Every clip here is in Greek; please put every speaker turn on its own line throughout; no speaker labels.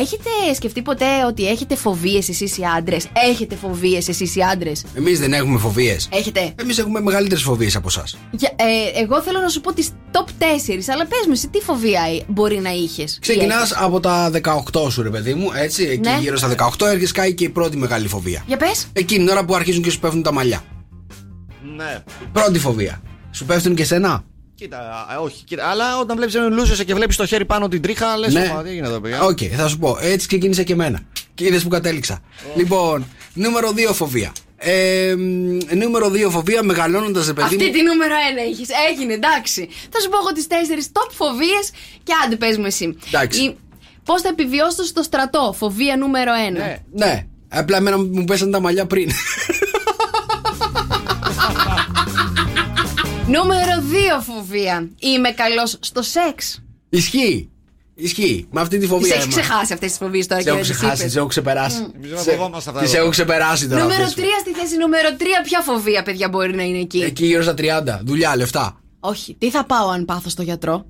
έχετε σκεφτεί ποτέ ότι έχετε φοβίες εσείς οι άντρες. Έχετε φοβίες εσείς οι άντρες.
Εμείς δεν έχουμε φοβίες.
Έχετε.
Εμείς έχουμε μεγαλύτερες φοβίες από εσάς.
Για- ε, εγώ θέλω να σου πω τις top 4, αλλά πες μου, εσύ τι φοβία ε, μπορεί να είχες.
Ξεκινά από τα 18 σου, ρε παιδί μου, έτσι. Εκεί
Ναι.
γύρω στα 18 έρχεσαι κάει και η πρώτη μεγάλη φοβία.
Για πες.
Εκείνη την ώρα που αρχίζουν και σου πέφτουν τα μαλλιά.
Ναι.
Πρώτη φοβία. Σου πέφτουν και σένα.
Κοίτα, α, όχι, κοίτα. Αλλά όταν βλέπεις έναν λούζεσαι και βλέπεις το χέρι πάνω την τρίχα, λες. Ναι. Τι γίνεται εδώ πέρα.
Οκ, θα σου πω. Έτσι ξεκίνησε και εμένα. Και είδες που κατέληξα. Λοιπόν, νούμερο 2 φοβία. Ε, μ, νούμερο 2 φοβία μεγαλώνοντας, ρε παιδί
Αυτή
μου.
τη νούμερο 1 έχεις. Έγινε, εντάξει. Θα σου πω εγώ τις 4 top φοβίες και άντε πες μου εσύ.
Εντάξει.
Πώς θα επιβιώσω στο στρατό, φοβία νούμερο 1.
Ναι.
Ναι, απλά εμένα μου πέσαν τα μαλλιά πριν.
Νούμερο 2 φοβία. Είμαι καλός στο σεξ.
Ισχύει. Ισχύει. Με αυτή τη
Τι
φοβία.
έχει
εμένα.
ξεχάσει αυτές τις φοβίες τώρα
Σε
και
έχω
δεν τις
ξεχάσει,
είπες.
τις έχω ξεπεράσει.
Εμείς
Σε-
δεν φοβόμαστε αυτά
τις
εδώ.
έχω ξεπεράσει τώρα.
Νούμερο 3
αυτές που-
στη θέση νούμερο 3, ποια φοβία, παιδιά, μπορεί να είναι εκεί.
Εκεί γύρω στα 30. Δουλειά, λεφτά.
Όχι. Τι θα πάω αν πάθω στο γιατρό.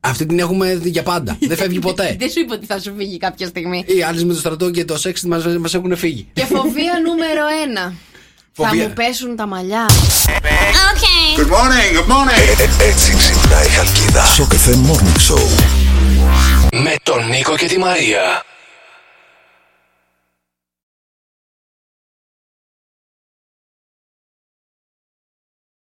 Αυτή την έχουμε δει για πάντα. Δεν φεύγει ποτέ.
Δεν σου είπα ότι θα σου φύγει κάποια στιγμή.
Οι άλλε με το στρατό και το σεξ μας μας έχουν φύγει.
και φοβία νούμερο 1. Θα
Φοβία.
μου πέσουν τα μαλλιά.
Okay.
Good morning, good morning.
Ε, έτσι ξυπνάει η Χαλκίδα. Στο Morning Show.
Με τον Νίκο και τη Μαρία.